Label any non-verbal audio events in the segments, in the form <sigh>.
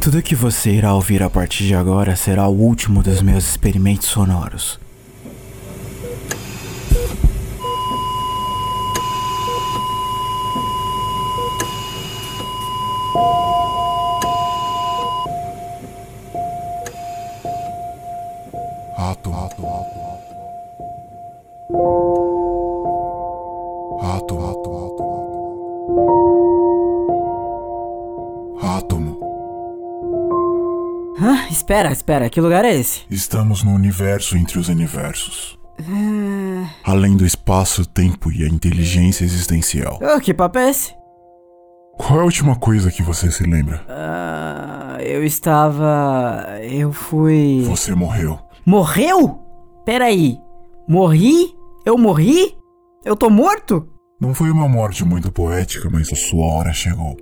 Tudo que você irá ouvir a partir de agora será o último dos meus experimentos sonoros. Rato. Rato. Rato. Átomo. Hã? Espera, espera, que lugar é esse? Estamos no universo entre os universos. Ah, Além do espaço, o tempo e a inteligência existencial. oh, que papo é esse? Qual é a última coisa que você se lembra? Ah, eu estava. Eu fui. Você morreu. Morreu? Peraí. Morri? Eu morri? Eu tô morto? Não foi uma morte muito poética, mas a sua hora chegou.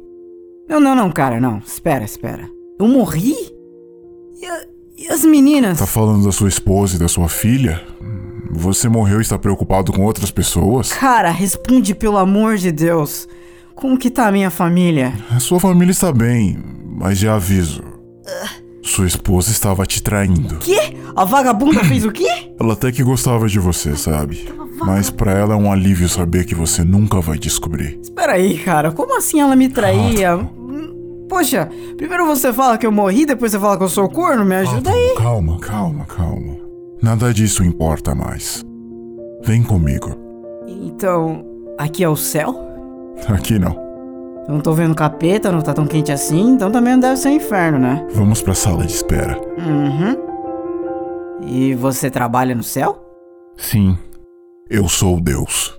Não, não, não, cara, não. Espera, espera. Eu morri? E, a- e as meninas? Tá falando da sua esposa e da sua filha? Hum, Você morreu e está preocupado com outras pessoas? Cara, responde pelo amor de Deus. Como que tá a minha família? A sua família está bem, mas já aviso. Sua esposa estava te traindo. Quê? A vagabunda fez o quê? Ela até que gostava de você, sabe? Mas pra ela é um alívio saber que você nunca vai descobrir. Espera aí, cara. Como assim ela me traía? Hum, Poxa, primeiro você fala que eu morri, depois você fala que eu sou corno, me ajuda Ah, tá. aí. Calma, calma, calma. Nada disso importa mais. Vem comigo. Então, aqui é o céu? Aqui não. Eu não tô vendo capeta, não tá tão quente assim, então também não deve ser um inferno, né? Vamos pra sala de espera. Uhum. E você trabalha no céu? Sim. Eu sou Deus.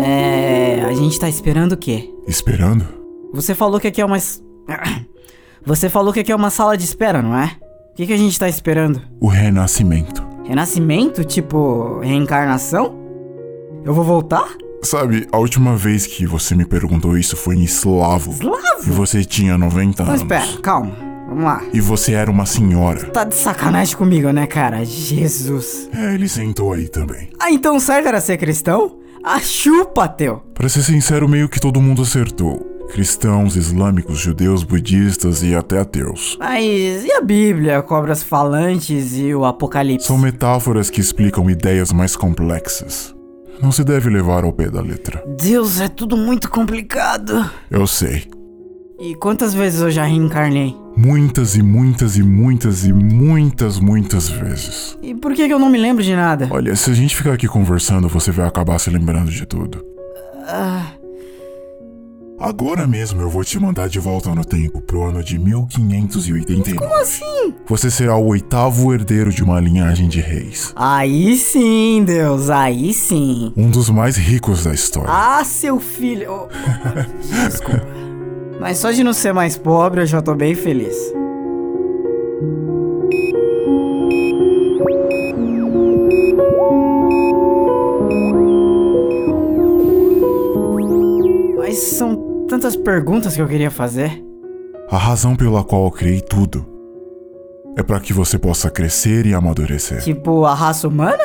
É. A gente tá esperando o quê? Esperando? Você falou que aqui é uma. es- <coughs> Você falou que aqui é uma sala de espera, não é? O que, que a gente tá esperando? O renascimento. Renascimento? Tipo, reencarnação? Eu vou voltar? Sabe, a última vez que você me perguntou isso foi em eslavo. E Slavo? você tinha 90 Não, anos. espera, calma. Vamos lá. E você era uma senhora. Tá de sacanagem comigo, né, cara? Jesus. É, ele sentou aí também. Ah, então o certo era ser cristão? Ah, chupa, teu. Pra ser sincero, meio que todo mundo acertou. Cristãos, islâmicos, judeus, budistas e até ateus. Mas e a Bíblia, cobras falantes e o Apocalipse? São metáforas que explicam ideias mais complexas. Não se deve levar ao pé da letra. Deus, é tudo muito complicado. Eu sei. E quantas vezes eu já reencarnei? Muitas e muitas e muitas e muitas, muitas vezes. E por que, que eu não me lembro de nada? Olha, se a gente ficar aqui conversando, você vai acabar se lembrando de tudo. Ah, Agora mesmo eu vou te mandar de volta no tempo pro ano de 1589. Como assim? Você será o oitavo herdeiro de uma linhagem de reis. aí sim, Deus, aí sim. Um dos mais ricos da história. Ah, seu filho. Oh, oh, desculpa. Mas só de não ser mais pobre eu já tô bem feliz. Mas são tantas perguntas que eu queria fazer. A razão pela qual eu criei tudo é pra que você possa crescer e amadurecer. Tipo, a raça humana?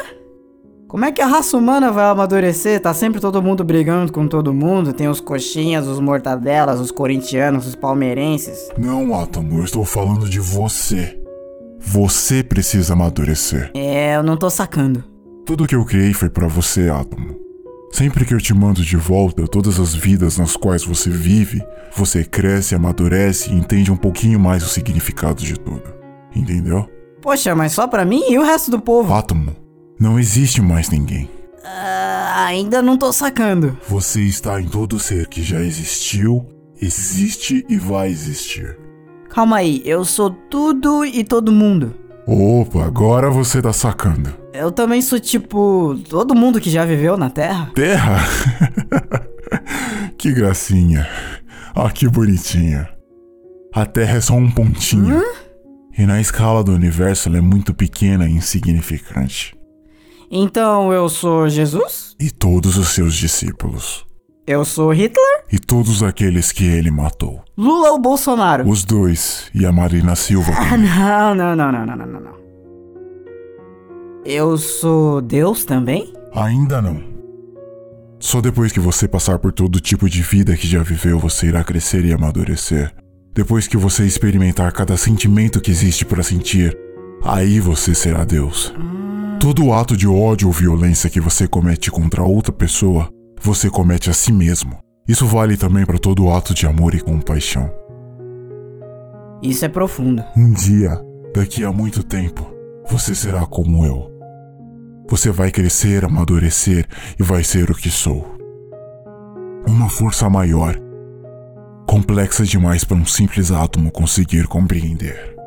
Como é que a raça humana vai amadurecer? Tá sempre todo mundo brigando com todo mundo. Tem os coxinhas, os mortadelas, os corintianos, os palmeirenses. Não, Átomo, eu estou falando de você. Você precisa amadurecer. É, eu não tô sacando. Tudo que eu criei foi pra você, Átomo. Sempre que eu te mando de volta todas as vidas nas quais você vive, você cresce, amadurece e entende um pouquinho mais o significado de tudo. Entendeu? Poxa, mas só pra mim e o resto do povo? Átomo, não existe mais ninguém. Ah, ainda não tô sacando. Você está em todo ser que já existiu, existe e vai existir. Calma aí, eu sou tudo e todo mundo. Opa, agora você tá sacando. Eu também sou tipo todo mundo que já viveu na Terra. Terra? <laughs> que gracinha. Ah, que bonitinha. A Terra é só um pontinho. E na escala do universo ela é muito pequena e insignificante. Então eu sou Jesus? E todos os seus discípulos. Eu sou Hitler, e todos aqueles que ele matou. Lula ou Bolsonaro? Os dois e a Marina Silva. Ah, <laughs> não, não, não, não, não, não, não, não. Eu sou Deus também? Ainda não. Só depois que você passar por todo tipo de vida que já viveu, você irá crescer e amadurecer. Depois que você experimentar cada sentimento que existe para sentir, aí você será Deus. Todo ato de ódio ou violência que você comete contra outra pessoa, você comete a si mesmo. Isso vale também para todo ato de amor e compaixão. Isso é profundo. Um dia, daqui a muito tempo, você será como eu. Você vai crescer, amadurecer e vai ser o que sou. Uma força maior, complexa demais para um simples átomo conseguir compreender.